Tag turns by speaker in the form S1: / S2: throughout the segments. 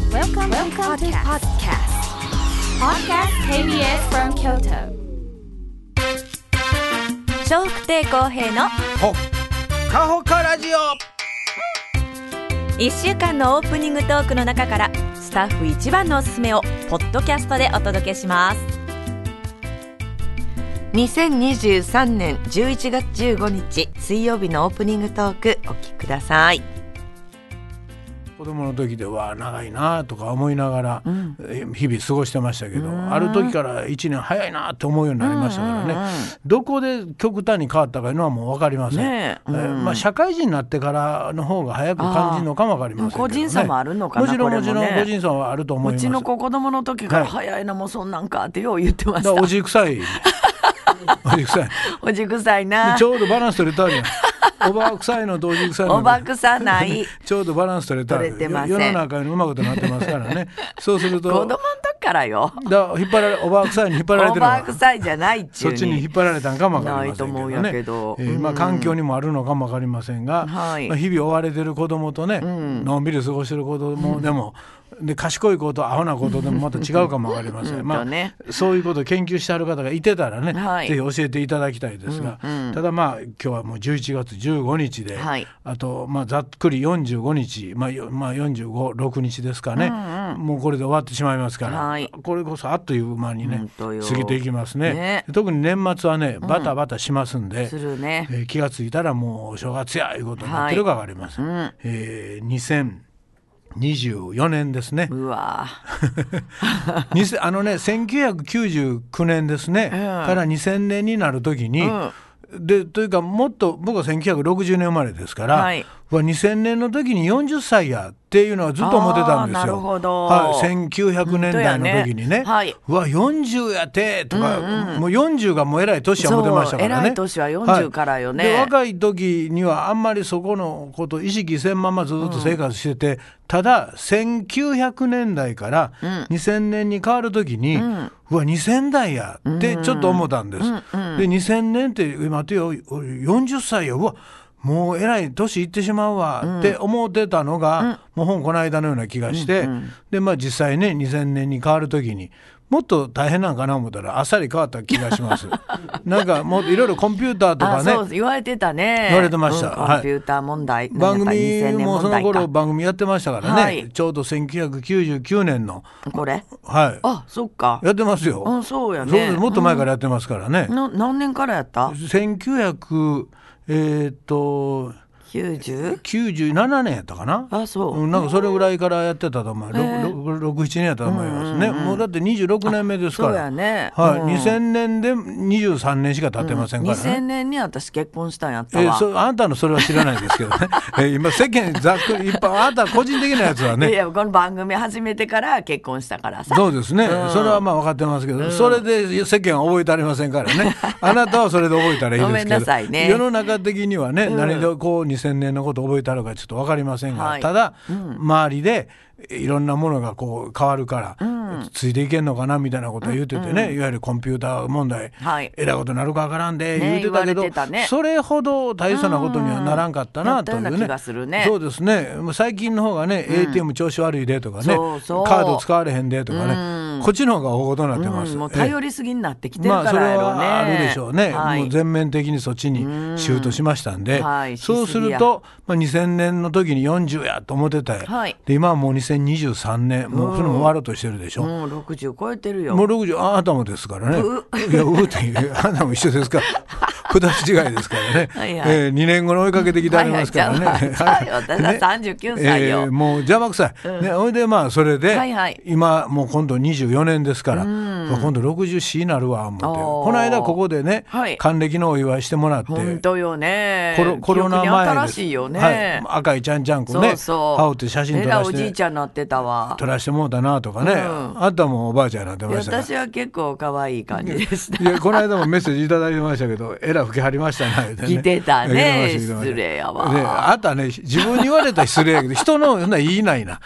S1: Welcome to
S2: Welcome, to podcast.
S1: Podcast KBS from Kyoto.
S2: 笑福亭公平の
S3: ほっかほかラジオ
S2: 1週間のオープニングトークの中からスタッフ一番のおすすめをポッドキャストでお届けします
S4: 2023年11月15日水曜日のオープニングトークお聞きください
S3: 子供の時では長いなとか思いながら、え日々過ごしてましたけどある時から1年早いなと思うようになりましたからね、どこで極端に変わったかいうのはもう分かりません、
S4: ねえうん
S3: えーまあ、社会人になってからの方が早く感じるのかも分かりませんけど、ね、
S4: 個人差もあるのかな
S3: もちろん
S4: こ
S3: も
S4: れも
S3: ちろ
S4: ね
S3: ん個人差はあると思いうます
S4: ちの子子供の時から
S3: はい
S4: 早いなもうそんなんかってよう言ってました
S3: だからおじ くさいおじくさい
S4: おじくさいな
S3: ちょうどバランス取れたりやんおばあくさいのとおじくさいの
S4: おばくさない
S3: ちょうどバランス取れた
S4: 取れてません
S3: 世の中にうまくとなってますからねそうすると
S4: 子供の時からよ
S3: だ引っ張られおばあくさいに引っ張られて
S4: お
S3: るの
S4: ばく
S3: か
S4: さいじゃないっちゅ
S3: そうっちに
S4: に
S3: 引っ張られたんかもわかりませんけ
S4: ないと思
S3: ど
S4: う
S3: ね
S4: やけど
S3: えーまあ、環境にもあるのかもわかりませんが、
S4: はい
S3: まあ、日々追われてる子供とね、のんびり過ごしてる子供でも、で賢い子とアホな子とでもまた違うかもわかりません、
S4: うん
S3: ま
S4: とね
S3: あ、そういうことを研究してある方がいてたらね、
S4: はい
S3: ぜひ教えていただきたいですが、ただまあ今日はもう11月15日で、
S4: はい
S3: あとまあざっくり45日、まあ、よまあ456日ですかね、もうこれで終わってしまいますから、
S4: はい
S3: これこそあっという間にね
S4: 本当よ
S3: 過ぎていきますね
S4: ね
S3: 特に年末はねバタバタしますんで、
S4: するね
S3: えー気がついたらもうお正月やいうことになってるか分かりません、えー2024年ですね
S4: うわ
S3: 2000あのね1999年ですね、から2000年になる時に、でというかもっと僕は1960年生まれですから、
S4: はいう
S3: わ2000年の時に40歳やっていうのはずっと思ってたんで
S4: あーな
S3: すよ。
S4: るほど
S3: はい、1900年代の時に
S4: 本当やね
S3: ね
S4: はいう
S3: わ40やてとか、もう40がもうえらい年は思ってましたからね。
S4: そうえらい年は40からよね
S3: で若い時にはあんまりそこのこと意識せんままずっと生活してて、ただ1900年代から2000年に変わる時に、うわ2000代やってちょっと思ったんです。で2000年って今てよ40歳やうわもうえらい年いってしまうわって思ってたのが、もうほんこの間のような気がして、でまあ実際ね2000年に変わる時にもっと大変なんかな思ったらあっさり変わった気がし ます。なんかもういろいろコンピューターとか
S4: あ
S3: ね
S4: そう言われてたね
S3: 言われてました
S4: うんコンピューター問題
S3: 番
S4: なんやっ
S3: 組
S4: た2000年
S3: も
S4: 問
S3: その
S4: 題か
S3: 頃番組やってましたからね、
S4: はい
S3: ちょうど1999年の
S4: これ
S3: はい
S4: あそっか
S3: やってますよ、
S4: うんそうやね
S3: そうですもっと前からやってますからね、
S4: な何年からやった
S3: 1900えーっと
S4: 90?
S3: 97年やったかな
S4: あそうん
S3: なんかそれぐらいからやってたと思う67年やったと思いますね、もうだって26年目ですから
S4: そうやね
S3: はい
S4: うん
S3: 2000年で23年しか経ってませんからね、
S4: 2000年に私結婚したんやっ
S3: え
S4: たわ。
S3: ーそあんたのそれは知らないですけどね、 えー今世間ざっくり一般あんた個人的なやつはいね
S4: やこの番組始めてから結婚したからさ。
S3: そうですね、それはまあ分かってますけど、それで世間は覚えてありませんか らねあなたはそれで覚えたらいいですけど
S4: ごめんなさいね
S3: 世の中的にはね、何でこう2000年のこと覚えたのかちょっと分かりませんが、
S4: はい
S3: ただ、周りでいろんなものがこう変わるから、ついていけんのかなみたいなことを言っててね、いわゆるコンピューター問題、
S4: はい
S3: えらいことになるか分からんで
S4: ね
S3: 言ってたけど、
S4: 言われてたね
S3: それほど大層なことにはならんかったなとい
S4: なったよう
S3: うね,、
S4: な気がするね
S3: そうですねもう最近の方がね、ATM 調子悪いでとかね
S4: そうそう
S3: カード使われへんでとかね、こっちの方が大事になってます。
S4: うんもう
S3: え
S4: 頼
S3: え
S4: りすぎになってきてる
S3: まあ
S4: か
S3: それ
S4: らやろうね。
S3: はあるでしょうね、
S4: はい
S3: もう全面的にそっちにシフトしましたんで、
S4: うんはい
S3: そうすると、まあ、2000年の時に40やと思ってたよ、
S4: はい
S3: で今はもう2023年もうそれも終わろうとしてるでしょ、
S4: もう60超えてる
S3: も
S4: よ。
S3: う60ああなたもですからねいやうーっていうあなたも一緒で すから二つ違いですからね、
S4: はいはい
S3: えー、2年後の追いかけてきてありますからね。
S4: はいはいじゃあじゃあ私は
S3: ね
S4: 39歳よ
S3: えーもう邪魔くさい。ね、ほいでまあそれで、
S4: はいはい
S3: 今もう今度24年ですから、今度64になるわ思って
S4: おー
S3: この間ここでね、
S4: はい
S3: 還暦のお祝いしてもらって。
S4: 本当よね。
S3: コロコロナ
S4: 記憶に
S3: 前で
S4: 新
S3: す
S4: しいよね。
S3: はい、赤いちゃんちゃんこね
S4: そうそう。
S3: 羽織って写真撮
S4: えら
S3: ら
S4: い
S3: せ
S4: おじい
S3: て
S4: ちゃんになってたわ。
S3: 撮らせてもらったなとかね、
S4: うん
S3: あんたもおばあちゃんになって
S4: いや
S3: ましたから
S4: 私は結構可愛い感じでした
S3: い。やこの間もメッセージいただいてましたけど、 えらい吹き張りましたね。
S4: 来てたね
S3: 来てました
S4: 失礼やわ
S3: であとはね、自分に言われたら失礼やけど、人のそんなん言いない な。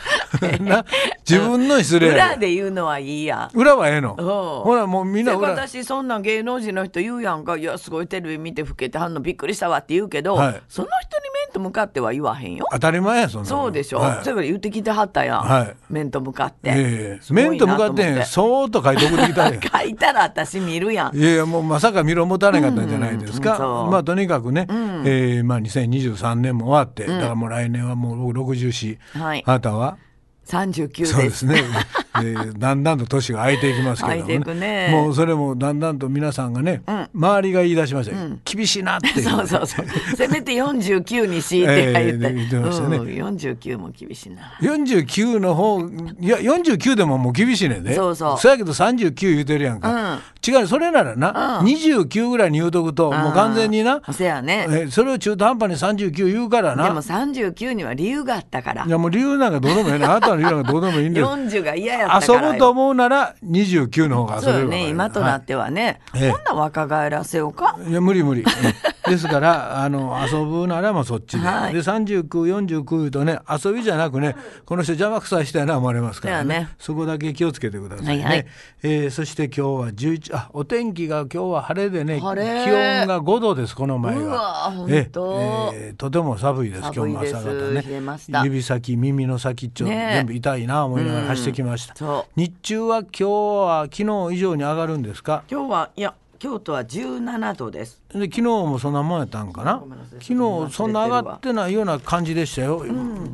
S3: な自分の失礼や
S4: 裏で言うのはいいやん。
S3: 裏はええの。
S4: うん
S3: ほら、もうみんな
S4: せやから
S3: 裏。
S4: 私そんなん芸能人の人言うやんか「いやすごいテレビ見て老けてはんのびっくりしたわ」って言うけど、
S3: はい
S4: その人に面と向かっては言わへんよ。
S3: 当たり前やそんなの
S4: そうでしょ。
S3: はい
S4: そういえば言ってきてはったやん。
S3: はい
S4: 面と向かって。
S3: ええ
S4: すごいな
S3: 面と向かってへんそーっと書いて送ってきた らやん
S4: 書いたら私見るやん。
S3: いやいやもうまさか見ろ持たれなかったんじゃないですか、
S4: うんうんうんそう
S3: まあとにかくね、えーまあ、2023年も終わって、だからもう来年はもう僕64、
S4: はい
S3: あなたは
S4: 三十九
S3: そう
S4: で。
S3: ですすね、 えーだんだんと年が空いていきますけども、
S4: 空いていくね
S3: もうそれもだんだんと皆さんがね、周りが言い出しましたよ、厳しいなってい
S4: そうそうそう。せめて四十九にしって言って。
S3: ええ言ってましたね
S4: うん、四十九も厳しいな。
S3: 49の方いや49でももう厳しいねんね
S4: そうそう
S3: やけど39言うてるやんか、違うそれならな、29ぐらいに言うとくともう完全にな
S4: あーせやね。
S3: えそれを中途半端に39言うから
S4: でも
S3: な
S4: 三十九には理由があったから
S3: い。やもう理由なんかどうでもいいなあなたの理由なんかどうでも いいんです
S4: 四十が嫌やったか
S3: 遊
S4: らよ。
S3: ぶと思うなら29の方が遊べ
S4: そう
S3: る
S4: よ
S3: わけだ
S4: ね。今となってはね。
S3: はいええ
S4: こんな若返らせようか。
S3: いや無理無 理うんですからあの遊ぶならもうそっちで,、
S4: はい
S3: で3949言うとね遊びじゃなくねこの人邪魔くさいしたいな思われますからね
S4: だよね
S3: そこだけ気をつけてくださいね、
S4: はいはい
S3: えーそして今日は11あお天気が今日は晴れでね気温
S4: 晴れ
S3: が5度ですこの前は
S4: うわほんと
S3: ええーとても寒いです
S4: 寒い
S3: 今
S4: です
S3: 日も朝方
S4: 冷えました
S3: ね指先耳の先っちょ、
S4: ねえ
S3: 全部痛いな思いながら走ってきました、
S4: そう。
S3: 日中は今日は昨日以上に上がるんですか
S4: 今日はいや京都は17度です。
S3: で昨日もそんなもんやったんかな
S4: ごめんなさい
S3: 昨日そんな上がってないような感じでしたよ、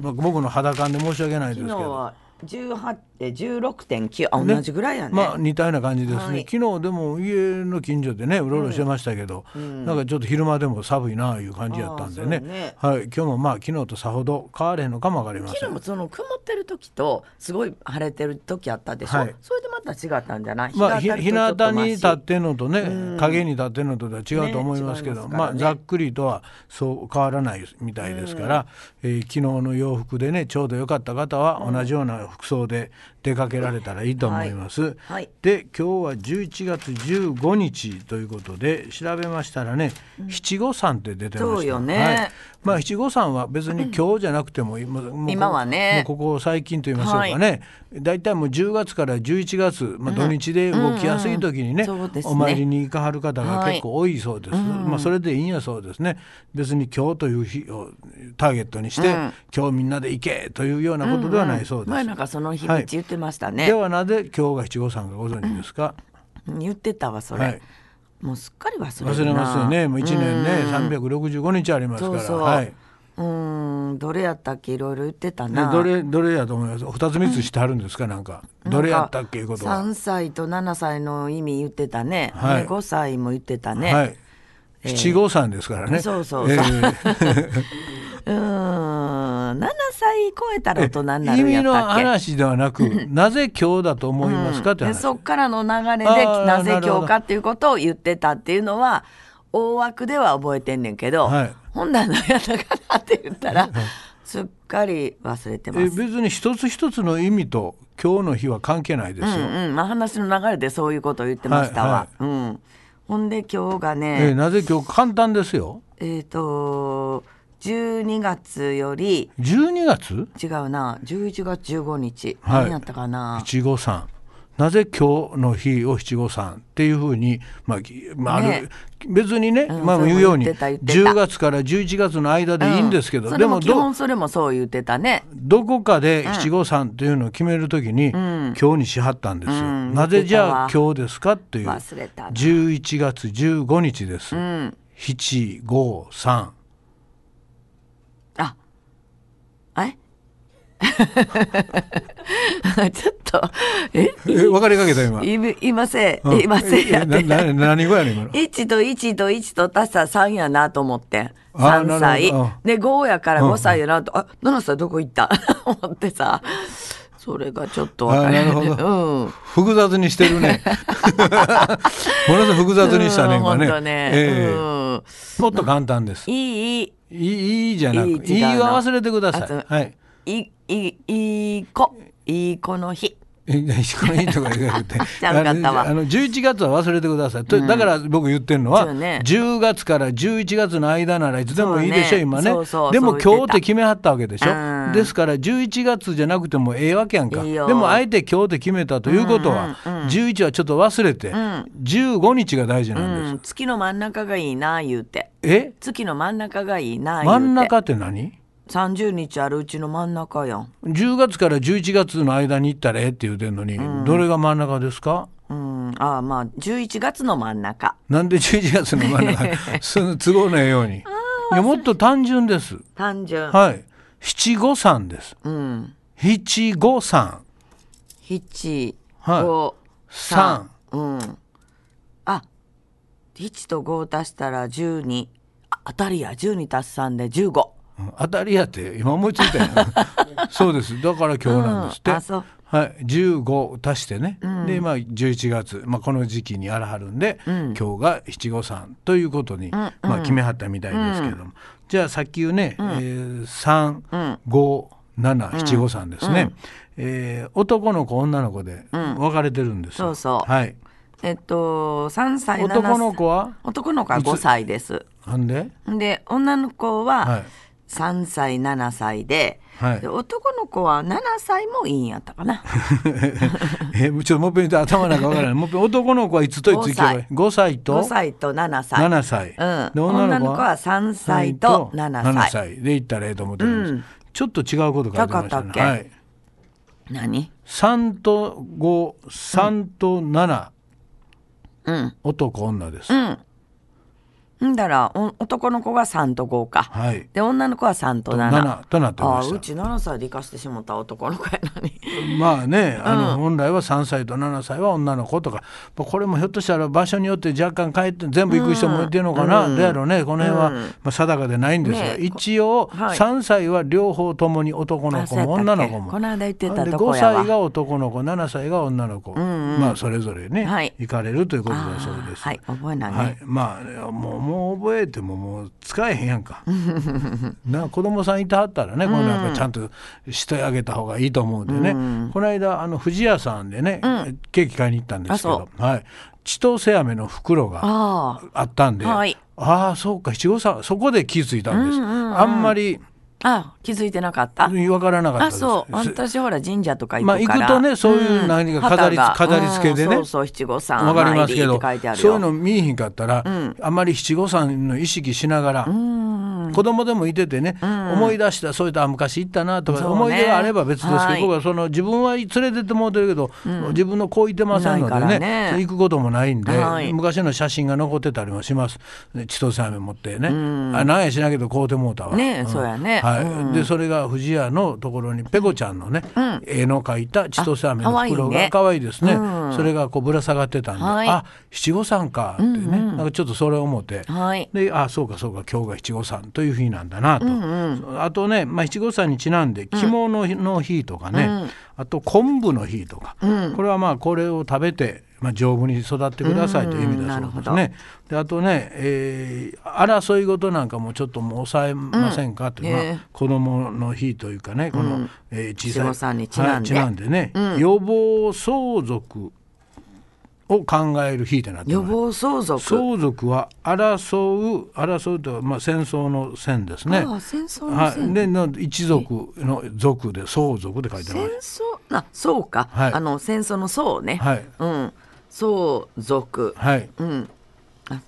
S3: まあ僕の肌感で申し訳ないです
S4: 昨
S3: け
S4: 日
S3: ど
S4: は18え16.9あ
S3: ね
S4: 同じぐらいやね。
S3: まあ似たような感じですね、
S4: はい
S3: 昨日でも家の近所でねうろうろしてましたけど、なんかちょっと昼間でも寒いなあいう感じやったんで
S4: あ
S3: ね
S4: ーそうね
S3: はい、今日もまあ昨日とさほど変われへんのかもわかりませ
S4: 昨
S3: ん
S4: 日その曇ってる時とすごい晴れてる時あったでしょ、
S3: はい
S4: それでまた違ったんじゃない
S3: まあ、ひ
S4: 日
S3: 日
S4: が当
S3: 向
S4: たるとちょっと
S3: に
S4: マシ
S3: 立ってるのとね影に立ってるのとでは違うと思いますけ
S4: ね違
S3: ど、
S4: いますから
S3: ま
S4: ね
S3: あ、ざっくりとはそう変わらないみたいですから、えー昨日の洋服でねちょうど良かった方は同じような服装で出かけられたらいいと思います。
S4: はい
S3: で今日は11月15日ということで調べましたらね七五三って出てました
S4: そうよね
S3: はいまあ、七五三は別に今日じゃなくても今もう
S4: 今はね
S3: もうここ最近と言いましょうかね、大体もう10月から11月、まあ、土日で動きやすい時にね,、
S4: うんうんそうですね
S3: お参りに行かはる方が結構多いそうです、まあ、それでいいんやそうですね別に今日という日をターゲットにして、今日みんなで行けというようなことではないそうです、
S4: 前なんかその日
S3: は
S4: 道
S3: い
S4: 言ってましたね、
S3: ではなぜ今日が七五三かご存知ですか、
S4: うん言ってたわそれ、
S3: はい
S4: もうすっかり忘れるな
S3: 忘れますよねもう1年ね365日ありますか
S4: そ
S3: ら
S4: うそう、
S3: はいう
S4: ーんどれやったっけいろいろ言ってた
S3: ね
S4: な、
S3: どれどれやと思います2つ3つしてはるんですかなんかどれやったっけいうことは、
S4: 3歳と7歳の意味言ってたね、
S3: はい
S4: ね5歳も言ってたね、
S3: はい七五三ですからね
S4: そうそうそううーん7歳超えた ら大人にな
S3: 意
S4: るんや
S3: 味
S4: っ
S3: の
S4: たっけ
S3: 話で はなくなぜ今日だと思いますかって
S4: で
S3: 話、
S4: そっからの流れで
S3: あー
S4: なぜ
S3: なるほ
S4: 今
S3: ど
S4: 日かっていうことを言ってたっていうのは大枠では覚えてんねんけど、
S3: はい
S4: 本来のやったかなって言ったらすっかり忘れてま
S3: え
S4: す。
S3: 別に一つ一つの意味と今日の日は関係ないですよ、
S4: うんうんまあ、話の流れでそういうことを言ってましたわ。う
S3: はい
S4: ん、ほんで今日が
S3: え
S4: ね
S3: なぜ今日簡単ですよ
S4: えっ、と12月より
S3: 12月
S4: 違うな11月15日、
S3: はい
S4: 何やったかな
S3: 七五三なぜ今日の日を七五三っていうふうに、まあきまあある
S4: ね
S3: 別にね、
S4: うん
S3: まあ、
S4: そう
S3: 言うように
S4: 言ってた言ってた
S3: 10月から11月の間でいいんですけど、
S4: うんそ
S3: で
S4: れ
S3: も
S4: も基
S3: ど
S4: 本それもそう言ってたね。
S3: どこかで七五三というのを決めるときに、今日にしはったんですよ、
S4: ん
S3: なぜじゃ
S4: 言
S3: あ
S4: ってた
S3: 今日ですかっていう
S4: 忘れたな
S3: 11月15日です、七五三
S4: あ、え ちょっと、え
S3: え分かりかけた今
S4: いいません、
S3: うん
S4: いませんやっ
S3: えな
S4: て。
S3: な何語やねん今の
S4: 1と1と1と足したら3やなと思って。
S3: あー
S4: 3
S3: な
S4: 歳
S3: るほどうん。
S4: で、5やから5歳やなと、あ、7歳どこ行った 思ってさ、それがちょっとわから
S3: あーなるほ
S4: ど。うん。
S3: 複雑にして るねものすごい複雑にしたね
S4: うん
S3: 今ね
S4: ほんとね、
S3: ええ
S4: うん。
S3: もっと簡単です。い
S4: いい、い
S3: いいいじゃなく、
S4: い
S3: い
S4: い
S3: い
S4: 違うな
S3: は忘れてくださ
S4: あそう
S3: い。はい。
S4: い、いい、いい子。いい子の日。
S3: えいやこのいいとか 言わなくて
S4: 知らんかったわ
S3: あのあの11月は忘れてください、とだから僕言ってる
S4: そ
S3: のは、
S4: うね
S3: 10月から11月の間ならいつでもいいでしょ、
S4: そうね
S3: 今ね
S4: そうそう
S3: で
S4: そう
S3: も
S4: 言ってた
S3: 今日って決めはったわけでしょ、
S4: うん
S3: ですから11月じゃなくてもええわけやんか
S4: いい
S3: で
S4: よ
S3: もあえて今日って決めたということは、11はちょっと忘れて、15日が大事なんです、
S4: うん、月の真ん中がいいな言うて
S3: え
S4: 月の真ん中がいいな言うて
S3: 真ん中って何
S4: 30日あるうちの真ん中やん
S3: 10月から11月の間に行ったらええって言うてんのに、どれが真ん中ですか
S4: うんああまあ11月の真ん中
S3: なんで11月の真ん 中その都合のええようにいやもっと単純です
S4: 単純
S3: はい七五三です
S4: うん
S3: 七五三
S4: 七
S3: はい
S4: 五
S3: 三
S4: うんあ1と5足したら12あ当たりや12足す3で15
S3: うん当たりやって今思いついたよ そうですだから今日なんですって、
S4: うんあそう
S3: はい、15足してね、でまあ11月、まあ、この時期にあらはるんで、今日が七五三ということに、まあ、決めはったみたいですけれども、じゃあさっき言うね、えー、357七五三ですね、えー男の子女の子で分かれてるんですよ、
S4: そうそう
S3: はい、
S4: えっと3歳7歳
S3: 男の子は
S4: 男の子はい
S3: つ
S4: 5歳です
S3: なんで
S4: で女の子
S3: は
S4: はい3歳7歳で,、
S3: はい
S4: で男の子は7歳もいいんやったかな
S3: えーちょっともう一遍言って頭なんかわからない。もう一遍男の子はいつといつ行けばいい ?5 歳と
S4: 5歳と7歳
S3: 7歳。
S4: うん
S3: で
S4: 女の子は3歳と7歳
S3: 7歳で行ったらええと思ってるんです、ちょっと違うこと書いてま
S4: どこ
S3: した
S4: だっ
S3: ね。
S4: け
S3: はい。
S4: 何
S3: 3と5、3と7、
S4: うん
S3: 男女です、
S4: んだらお男の子が3と5か、
S3: はい。
S4: で女の子は3と7
S3: 7となって
S4: あ
S3: ま
S4: あう
S3: した。
S4: ち7歳で生かしてしもた男の子やのに
S3: まあね、あの本来は3歳と7歳は女の子とか、まあこれもひょっとしたら場所によって若干変えて全部行く人もいてるのかな、どうやろうねこの辺は、まあ、定かでないんです
S4: ね
S3: が、一応、
S4: はい
S3: 3歳は両方ともに男の子も
S4: あそうやった
S3: 女
S4: っけ
S3: の子も
S4: この間言ってた
S3: で
S4: とこ
S3: 5
S4: やわ
S3: 歳が男の子7歳が女の子、まあそれぞれね、
S4: はい
S3: 行かれるということだそうです。
S4: はい覚えないね、
S3: はい、まあもうもう覚えてももう使えへんやん かな子供さんいてはったらね、このやっぱちゃんとしてあげた方がいいと思うんでね、この間あの藤屋さんでね、ケーキ買いに行ったんですけ
S4: あそ
S3: ど、はい、千歳飴の袋が
S4: あ
S3: あったんで、
S4: はい
S3: ああそうか七五三そこで気づいたんです、あんまり
S4: ああ気づいてなかった
S3: 分からなかった
S4: あ
S3: です。
S4: そう
S3: せ
S4: 私ほら神社とか行
S3: まあ
S4: くから、
S3: 行くとねそういう何か飾り
S4: 旗が
S3: 飾り付けでね
S4: うんそうそう七五三
S3: わかりますけど
S4: 参りって書いてあるよ
S3: そういうの見えへんかったら、あんまり七五三の意識しながら、子供でもいててね、思い出したそういったあ昔行ったなとか、
S4: そうね
S3: 思い出があれば別ですけど、
S4: はい
S3: 僕はその自分は連れてってもうてるけど、自分の子いてませんので
S4: ないから
S3: ね
S4: ね
S3: 行くこともないんで、
S4: はい
S3: 昔の写真が残ってたりもしますね千歳飴持ってね、あなんやしなけど買うてもうたわ
S4: ねえ
S3: ん
S4: そうやね
S3: はい
S4: うん
S3: でそれが藤屋のところにペコちゃんのね、絵の描いた千歳飴の袋
S4: あ可愛いね
S3: が可愛いですね、
S4: うん
S3: それがこうぶら下がってたんで、
S4: はい
S3: あ七五三かってね、なんかちょっとそれを思って、
S4: はい
S3: であそうかそうか今日が七五三という日なんだなと、あとね、まあ、七五三にちなんで着物の日とかね、あと昆布の日とか、これはまあこれを食べて、まあ、丈夫に育ってくださいという意味だそうですね。であとね、えー争い事なんかもちょっともう抑えませんかとい
S4: え
S3: う、
S4: え
S3: まあ、子供の日というかねこの、えー小さい
S4: 七五三にちなんで
S3: はいちなんでね、予防相続を考える日となって
S4: 予
S3: ます。
S4: 防相続
S3: 相続は争う争うとはまあ戦争の戦ですね。
S4: ああ戦争の
S3: は
S4: 戦、
S3: い、での一族の族で相続で書いてあ
S4: 戦
S3: る
S4: 争あそうか、
S3: はい
S4: あの戦争のそうね、
S3: はい
S4: うん相続、
S3: はい、
S4: うんあ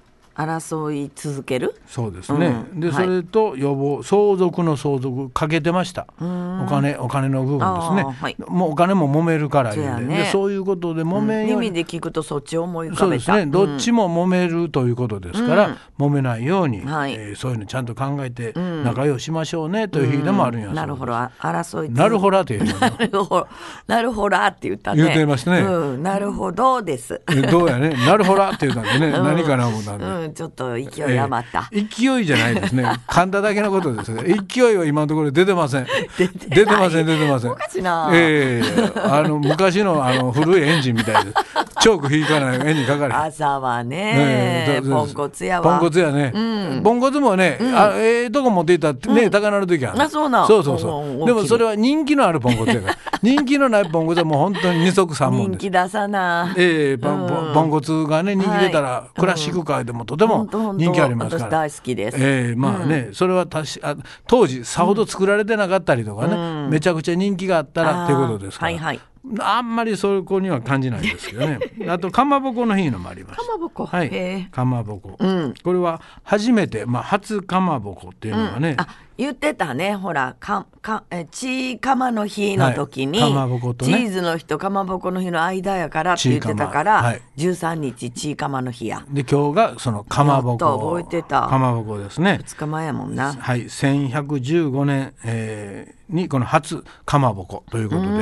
S4: 争い続ける
S3: そうですね。
S4: うん
S3: で
S4: はい
S3: それと予防相続の相続かけてました。お金お金の部分ですね
S4: あ。あはい
S3: もうお金も揉めるから言うん
S4: そ
S3: で
S4: う
S3: そ
S4: や
S3: う,、
S4: ね
S3: でそういうことで揉めんように
S4: 耳で聞くとそっちを思い浮か
S3: そう
S4: べ
S3: で
S4: た
S3: すね、どっちも揉めるということですから、揉めないように、
S4: はい
S3: えーそういうのちゃんと考えて仲良くしましょうねという日でもあるんや、
S4: なるほどあ争い続け
S3: なるほどというの
S4: なるほど なるほどって言ったね
S3: 言ってますね
S4: うん、なるほどです、
S3: えどうやねなるほどって言うたんでね、何かな思ったんで、
S4: うん、ちょっと勢い余った、
S3: えー勢いじゃないですね噛んだだけのことですが勢いは今のところ出てません出てません出てませんおか
S4: しいな
S3: ええあの昔のあの古いエンジンみたいですチョーク引かないエンジンかかれへん
S4: 朝はね、
S3: ええ
S4: ポンコツや
S3: ポ
S4: わ
S3: ンコツやね、ポンコツもね、あええとこ持っていったってね、高鳴る時は
S4: あそうなん
S3: そうそうそ
S4: おうおうお
S3: う
S4: う
S3: でもそれは人気のあるポンコツやから人気のないポンコツはもう本当に二足三本
S4: 人
S3: です。
S4: 気出さな。
S3: ええポンポンポンコツがね人気出たら、
S4: はい
S3: クラシック界でもとても
S4: 本当本当
S3: 人気ありますから
S4: 私大好きです
S3: ええまあね、それはたしあ当時さほど作られてなかったりとかね、めちゃくちゃ人気があったらっていうことですから
S4: あーはいはい
S3: あんまりそういう子には感じないですけど ねあとかまぼこの日のもあります
S4: かまぼこ
S3: は
S4: へえ
S3: いかまぼこ、これは初めて、まあ、初かまぼこっていうのがね、
S4: あ言ってたねほらかかえチーカマの日の時に、
S3: はいかまぼことね
S4: チーズの日とかまぼこの日の間やからって言ってたから、
S3: チーカマはい
S4: 13日チーカマの日や
S3: で今日がそのかまぼ
S4: やっと
S3: こ
S4: 覚えてた
S3: かまぼこですね
S4: 2日前やもんな
S3: はい、1115年、えーにこの初かまぼこということでで、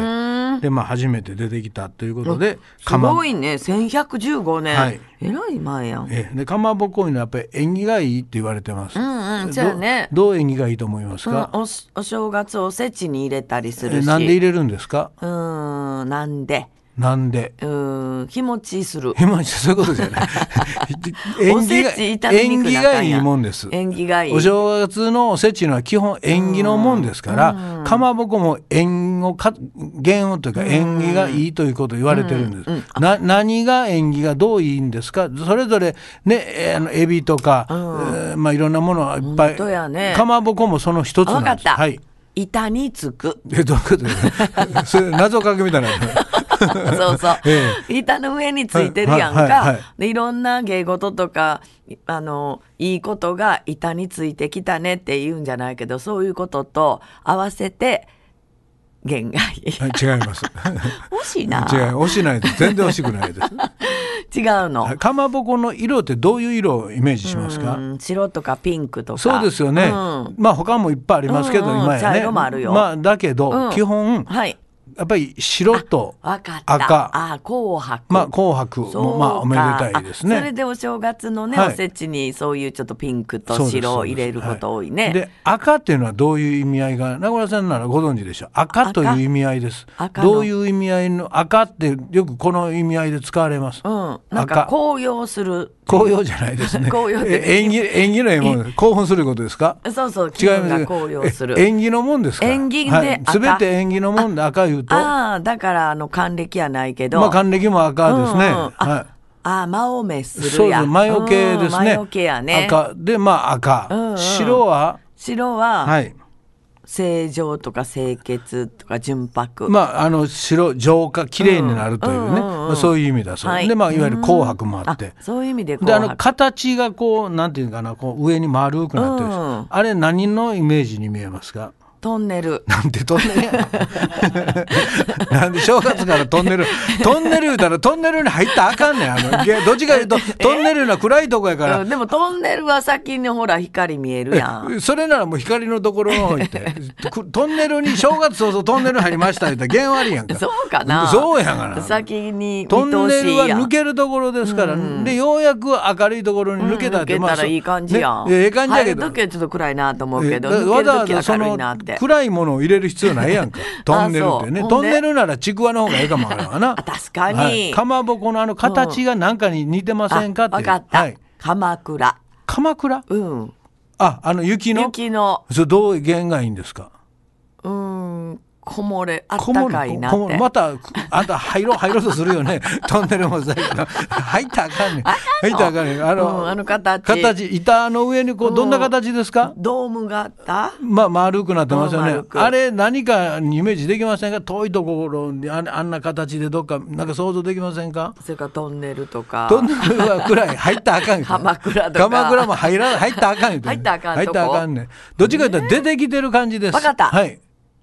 S3: まあ、初めて出てきたということですかま
S4: ごいね1115年、
S3: はい
S4: えらい前やん
S3: えーでかまぼこいうのはやっぱり縁起がいいって言われてます。
S4: んうんそうやね
S3: どどう縁起がいいと思いますか、
S4: うんおしお正月おせちに入れたりす
S3: え
S4: るし
S3: ーなんで入れるんですか
S4: うーんなんで
S3: なんで
S4: うーん日持ちする
S3: 今そういうことじ ゃない
S4: お
S3: 縁起
S4: せ
S3: が
S4: ち炒め
S3: 縁
S4: 肉
S3: 起
S4: だった
S3: が
S4: ん
S3: いい
S4: や
S3: もんです。
S4: 縁起がいい
S3: お正月のおせちのは基本縁起のもんですから、かまぼこも縁をか縁をというか縁起がいいということを言われてるんです。な何が縁起がどういいんですか。それぞれねえーあのエビとか、えーまあいろんなものはいっぱい。
S4: 本当やね
S3: かまぼこもその一つ
S4: あ
S3: な
S4: わ
S3: ん
S4: かっ
S3: です。
S4: た、
S3: はい。
S4: 板につ く
S3: えどういうことですか。 それ謎かけみたいな。
S4: そうそう、
S3: え
S4: 板の上についてるやんか、
S3: はいはいはい
S4: でいろんな芸事とかいあのいいことが板についてきたねって言うんじゃないけどそういうことと合わせて弦が いい
S3: はい違います。
S4: 惜しい
S3: 違
S4: な違
S3: う惜しないです。全然惜しくないです。
S4: うの、
S3: かまぼこの色ってどういう色をイメージしますか。
S4: うん白とかピンクとか
S3: そうですよね、
S4: うん
S3: まあ他もいっぱいありますけど、
S4: うんうん
S3: 今や
S4: 茶
S3: ね
S4: 色もあるよ
S3: まあだけど、
S4: うん
S3: 基本
S4: はい
S3: やっぱり白と
S4: わかった
S3: 赤
S4: あ紅白
S3: まあ紅白もまあおめでたいで
S4: あ
S3: す
S4: それ
S3: ね。
S4: でお正月のね、
S3: はい
S4: おせちにそういうちょっとピンク
S3: そう
S4: と
S3: です
S4: 白を入れること多いね。
S3: はいで赤っていうのはどういう意味合いが名倉さんならご存知でしょう赤という意味合いです
S4: 赤の
S3: どういう意味合いの赤ってよくこの意味合いで使われます、
S4: うん、なんか
S3: 赤
S4: 紅葉する。
S3: 紅葉じゃないです ね
S4: 紅葉って
S3: え縁起縁起のえ えもんです興奮することですか
S4: そうそう、
S3: 違
S4: 気
S3: い
S4: 分
S3: ま
S4: が
S3: す
S4: 紅葉する。
S3: え縁起のもんですから
S4: 縁起で
S3: はい、
S4: 赤
S3: 全て縁起のもんで赤言うと
S4: ああ、だからあの還暦やないけど。
S3: まあ還暦も赤ですね。
S4: うんうんあ
S3: は
S4: ああ、真おめ
S3: い。
S4: す
S3: そ
S4: る
S3: うで
S4: や。
S3: す。魔除け
S4: う
S3: で
S4: ん
S3: す
S4: 魔
S3: ね。
S4: 除けやね。
S3: 赤でまあ赤。
S4: んうん
S3: 白は
S4: 白は、
S3: はい。
S4: 清浄とか清潔とか純白。
S3: まああの白浄化綺麗になるというね、まあ、そういう意味だそうです、
S4: はい
S3: でまあいわゆる紅白もあ
S4: あ
S3: って。
S4: そういう意味で
S3: であ
S4: 紅
S3: の
S4: 白。
S3: 形がこうなんていうかなこう上に丸くなってるでしょ、
S4: うん
S3: あれ何のイメージに見えますか
S4: トンネル。
S3: なんでトンネルやねんなんで正月からトンネルトンネル言うたらトンネルに入ったらあかんねんあのげどっちか 言うとトンネルいうのは暗いとこやから
S4: うんでもトンネルは先にほら光見えるやん。
S3: それならもう光のところの方行ってくトンネルに正月早々トンネル入りました言ったら弦悪いやんか
S4: そうかな。
S3: そうやがな
S4: 先に見通し
S3: トン
S4: や
S3: ネルは抜けるところですから、でようやく明るいところに抜けた
S4: 抜けたらいい感じやん。
S3: ねええ感じやけ
S4: 入
S3: ど
S4: る時はちょっと暗いなと思うけど、
S3: えだから
S4: 抜
S3: わ
S4: け
S3: ざ
S4: る
S3: わ
S4: 時は
S3: ざ
S4: 明るい
S3: そ
S4: なっ
S3: の
S4: て。
S3: 暗いものを入れる必要ないやん かトンネルってね
S4: そう
S3: トンネルならちくわの方がいいかもわからんわな
S4: 確かに
S3: はいかまぼこのあの形がなんかに似てませんかって
S4: あわかった、
S3: はい、
S4: 鎌倉。
S3: 鎌倉
S4: うん。
S3: ああの雪の
S4: 雪の、
S3: それどういう弦がいいんですか
S4: うん、こもれ、あっ
S3: こも
S4: た
S3: る
S4: かいな
S3: こ
S4: っ
S3: も
S4: て。
S3: るまたあんた入ろう入ろうとするよね トンネルもさ入ったらあかんねん入ったらあかんねんあの,、
S4: うんあの形
S3: 形板の上にこうどんな形ですか、
S4: ドームがあった
S3: まあ丸くなってますよ
S4: うん
S3: ね
S4: 丸。く
S3: あれ何かにイメージできませんか遠いところにああんな形でどっかなんか想像できませんか
S4: それからトンネルとか。
S3: トンネルはくらい入ったらあかんよ
S4: 鎌倉とか
S3: 鎌倉も入らない入ったらあかんよ
S4: 入ったらあかんとこ
S3: 入ったらあかんねんどっちか言ったら出てきてる感じです。
S4: わかった
S3: はい。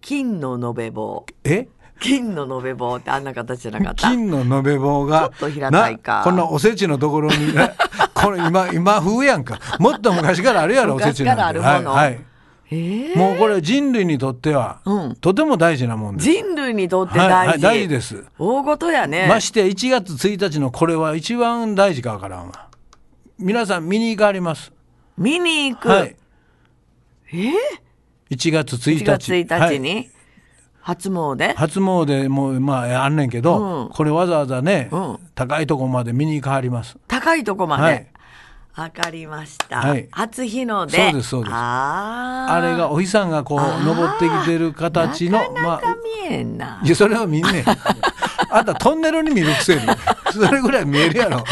S4: 金の延べ棒。
S3: え
S4: 金の延べ棒ってあんな形じゃなかった。
S3: 金の延べ棒が
S4: ちょっと平たいか
S3: なこんなおせちのところ になこれ今今風やんかもっと昔からあるやろおせ
S4: 昔
S3: ちな
S4: か
S3: んて
S4: らあるもの
S3: はいはい
S4: えー
S3: もうこれ人類にとっては、
S4: うん
S3: とても大事なもんです。
S4: 人類にとって大事。
S3: はいはい大事です
S4: 大事やね。
S3: まして1月1日のこれは一番大事かわからんわ皆さん見に行かれます、
S4: 見に行く。
S3: はい
S4: えー
S3: 1月1日
S4: 1月1日
S3: はい
S4: に初詣
S3: 初詣もまああんねんけど、
S4: うん
S3: これわざわざね、
S4: うん
S3: 高いとこまで見に行かはります
S4: 高いとこまで、
S3: はい
S4: わかりました、
S3: はい
S4: 初日の出
S3: そうですそうです
S4: あー
S3: あれがお日さんがこう
S4: あー
S3: 登ってきてる形の
S4: なかな
S3: ま
S4: か見えんな、
S3: あいやそれは見んね んあんたトンネルに見るくせにそれぐらい見える やろ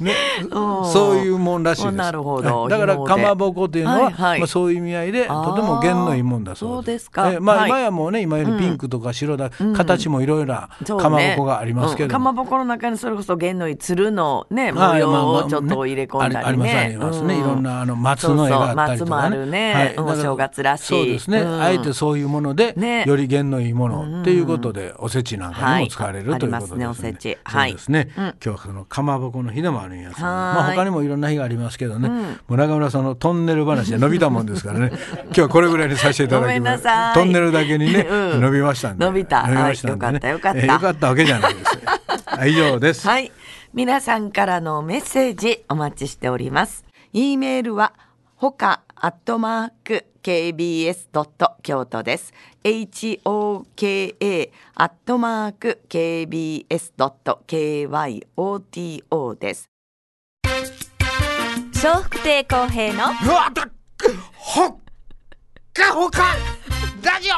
S3: ね、
S4: うん
S3: そういうもんらしいです
S4: なるほど
S3: はいだから
S4: 紐で
S3: かまぼこというのは、
S4: はいはい
S3: まあ、そういう意味合いで
S4: あー
S3: とても弦のいいもんだそうです
S4: そうですか
S3: えーまあ、
S4: はい
S3: 今やもうね今よりピンクとか白だ、形もいろいろな
S4: そうね
S3: かまぼこがありますけ
S4: うん
S3: れど
S4: か
S3: も、
S4: まぼこの中にそれこそ弦のい鶴のね模
S3: はい
S4: 様
S3: まあまあ
S4: をちょっと入れ込んだりね、
S3: ありますありますね、
S4: う
S3: いろんなあの松の絵があったり
S4: そうそ
S3: とかね
S4: う松もあるね
S3: はい
S4: うん
S3: だから
S4: お正月らしい
S3: そうですね、
S4: うん
S3: あえてそういうもので、
S4: ね
S3: より弦のいいものっていうことで、おせちなんかにも使われる、
S4: はい
S3: ということです
S4: ありますねおせちはい
S3: そうですね、今日はそのかまぼこの日でもあるんやつ
S4: はー
S3: も
S4: い
S3: まあ他にもいろんな日がありますけどね、もう中村さんのトンネル話で伸びたもんです からね今日はこれぐらいにさせていただ
S4: ごめ
S3: きます
S4: んなさい
S3: トンネルだけにね、
S4: うん
S3: 伸びましたんで
S4: 伸びた
S3: 伸びましたんで、ね
S4: はいよかったよかった
S3: えーよかったわけじゃない ですよはい以上です、
S4: はい。皆さんからのメッセージお待ちしております。e メールは、ほか、アットマーク、kbs. 京都です。hoka、アットマーク、kbs.kyoto です。
S2: 笑福亭公平の
S3: うわだっほっかほかラジオ